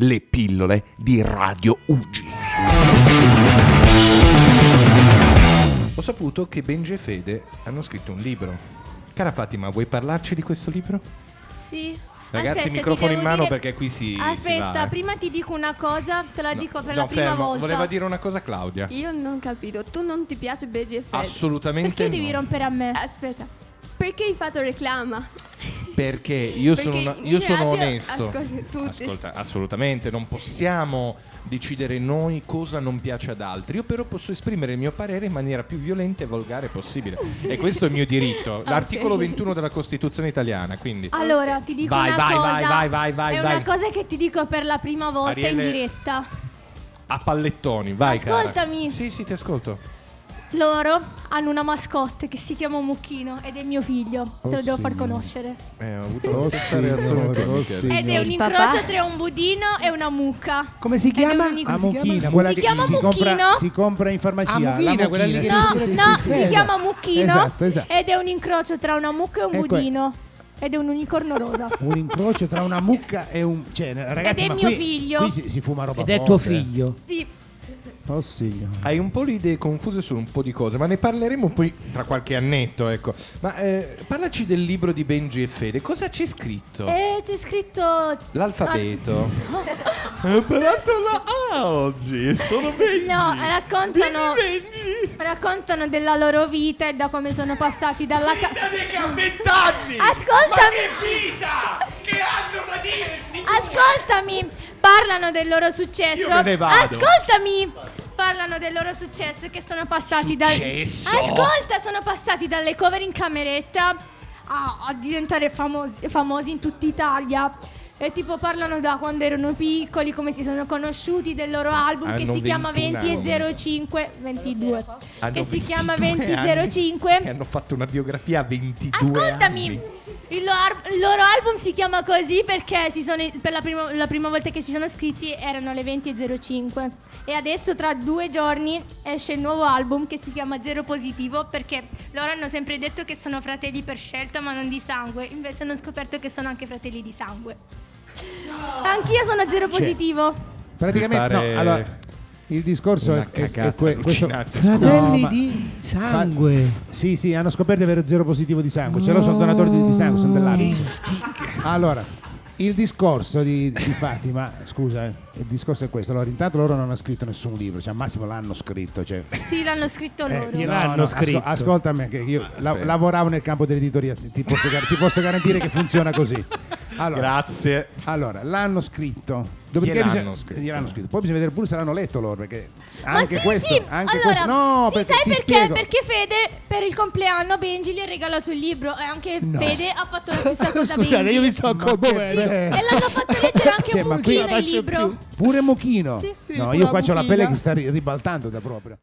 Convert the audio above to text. le pillole di Radio Ugi. Ho saputo che Benji e Fede hanno scritto un libro. Cara Fatima, vuoi parlarci di questo libro? Sì. Ragazzi, Aspetta, ti microfono in devo mano dire- perché qui si- si Aspetta, va, eh. prima ti dico una cosa, te la No, Eh, dico per no, la prima fermo. volta. Voleva dire una cosa Claudia. Io non ho capito, tu non ti piace Benji e Fede? Assolutamente Perché no. devi rompere a me? Aspetta, perché hai fatto reclama? Perché io sono, Perché una- in io sono radio onesto. ascolti tutti. Ascolta, assolutamente, non possiamo decidere noi cosa non piace ad altri. Io però posso esprimere il mio parere in maniera più violenta e volgare possibile. E questo è il mio diritto. L'articolo 21 della Costituzione italiana, quindi... Ah. Allora, ti dico Vai, una vai, cosa. vai, vai, vai, vai, È vai. una cosa che ti dico per la prima volta Ariele- in diretta. A pallettoni, vai Ascoltami. cara. Sì, sì, ti ascolto. Loro hanno una mascotte che si chiama Mucchino ed è mio figlio. Te lo Oh, devo far signore. conoscere. Eh, ho avuto Oh, la stessa signore, reazione oh, che Michele. Eh, signore. Ed è un Il incrocio papà? tra un budino e una mucca. Come si Ed è un chiama? unico- Ah, si chiama- Mucchina, quella si che chiama si compra, Mucchino? si compra in farmacia. Ah, la Mucchina, quella lì che sì, No, sì, sì, no, sì, si sì, sì. chiama Mucchino Eh. Esatto, esatto. ed è un incrocio tra una mucca e un Ecco, è- budino ed è un unicorno rosa. Un incrocio tra una mucca e un... Cioè, Ed ragazzi, è ma mio qui- figlio. Qui si, si fuma roba eh. Ed è tuo forte. figlio. Sì, Oh, signore. Hai un po' le idee confuse su un po' di cose, ma ne parleremo poi tra qualche annetto, ecco. Ma eh, parlaci del libro di Benji e Fede, cosa c'è scritto? E c'è scritto L'alfabeto. Ho imparato la A oggi, sono Benji. Ah, No, raccontano Vieni, Benji. raccontano della loro vita e da come sono passati dalla ca- Che ha vent'anni! Ascoltami, vita! Che hanno da dire sti ascoltami. Parlano del loro successo. Io me ne vado. Ascoltami. Parlano del loro successo che sono passati dal Successo? Ascolta, sono passati dalle cover in cameretta a, a diventare famosi, famosi in tutta Italia. E tipo parlano da quando erano piccoli, come si sono conosciuti, del loro album che Hanno si chiama 21 20 e anni. 05 22. Hanno che si chiama 22 2005. E hanno fatto una biografia a 22 Ascoltami, anni. il, lo- ar- il loro album si chiama così perché si sono- per la prima, la prima volta che si sono iscritti erano le 20.05 e adesso tra due giorni esce il nuovo album che si chiama Zero Positivo perché loro hanno sempre detto che sono fratelli per scelta ma non di sangue, invece hanno scoperto che sono anche fratelli di sangue. Anch'io sono zero positivo. Praticamente, Mi pare no, allora, il discorso una è, è, cagata è que- questo. allucinante, scusa. Fratelli No, ma- di sangue. Fa- sì, sì, hanno scoperto di avere zero positivo di sangue. Ce l'ho, sono donatori di, di sangue, sono dell'Avis. Allora, il discorso di, di Fatima, scusa, eh, il discorso è questo. Allora, intanto loro non hanno scritto nessun libro, cioè al massimo l'hanno scritto, cioè Sì, l'hanno scritto eh, loro. gliel'hanno asco- scritto. ascoltami, che io la- Ah, aspetta. lavoravo nel campo dell'editoria, ti, ti posso, gar- ti posso garantire che funziona così. Allora, Grazie. allora, l'hanno scritto. Dopodiché Gliel'hanno bisogna- scritto. gliel'hanno scritto. Poi bisogna vedere pure se l'hanno letto loro, perché anche ma sì, questo, sì. anche allora, questo. No, sì, perché sai ti perché? spiego. Perché Fede per il compleanno Benji gli ha regalato il libro e anche No. Fede ha fatto la stessa cosa a Scusate, Benji. io mi sto Ma commuovendo. che- Sì, e l'hanno fatto leggere anche Cioè, un ma qui- pochino il Non la faccio libro. più. Pure Muchino. Sì. no, pure io la qua ho la Muchina. pelle che sta ri- ribaltando da proprio.